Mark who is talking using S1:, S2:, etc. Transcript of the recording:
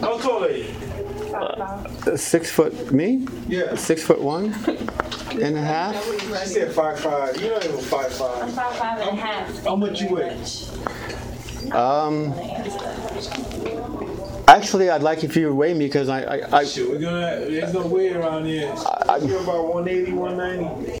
S1: How tall are you?
S2: Six foot me?
S1: Yeah.
S2: Six foot one and a half?
S1: She said five five. You not even five five.
S3: Five, five and a half.
S1: How much you weigh?
S2: Um, actually, I'd like if you weigh me because I, I, I
S1: Shit, we're gonna. There's no way around here.
S2: I-
S1: You're about 180, 190.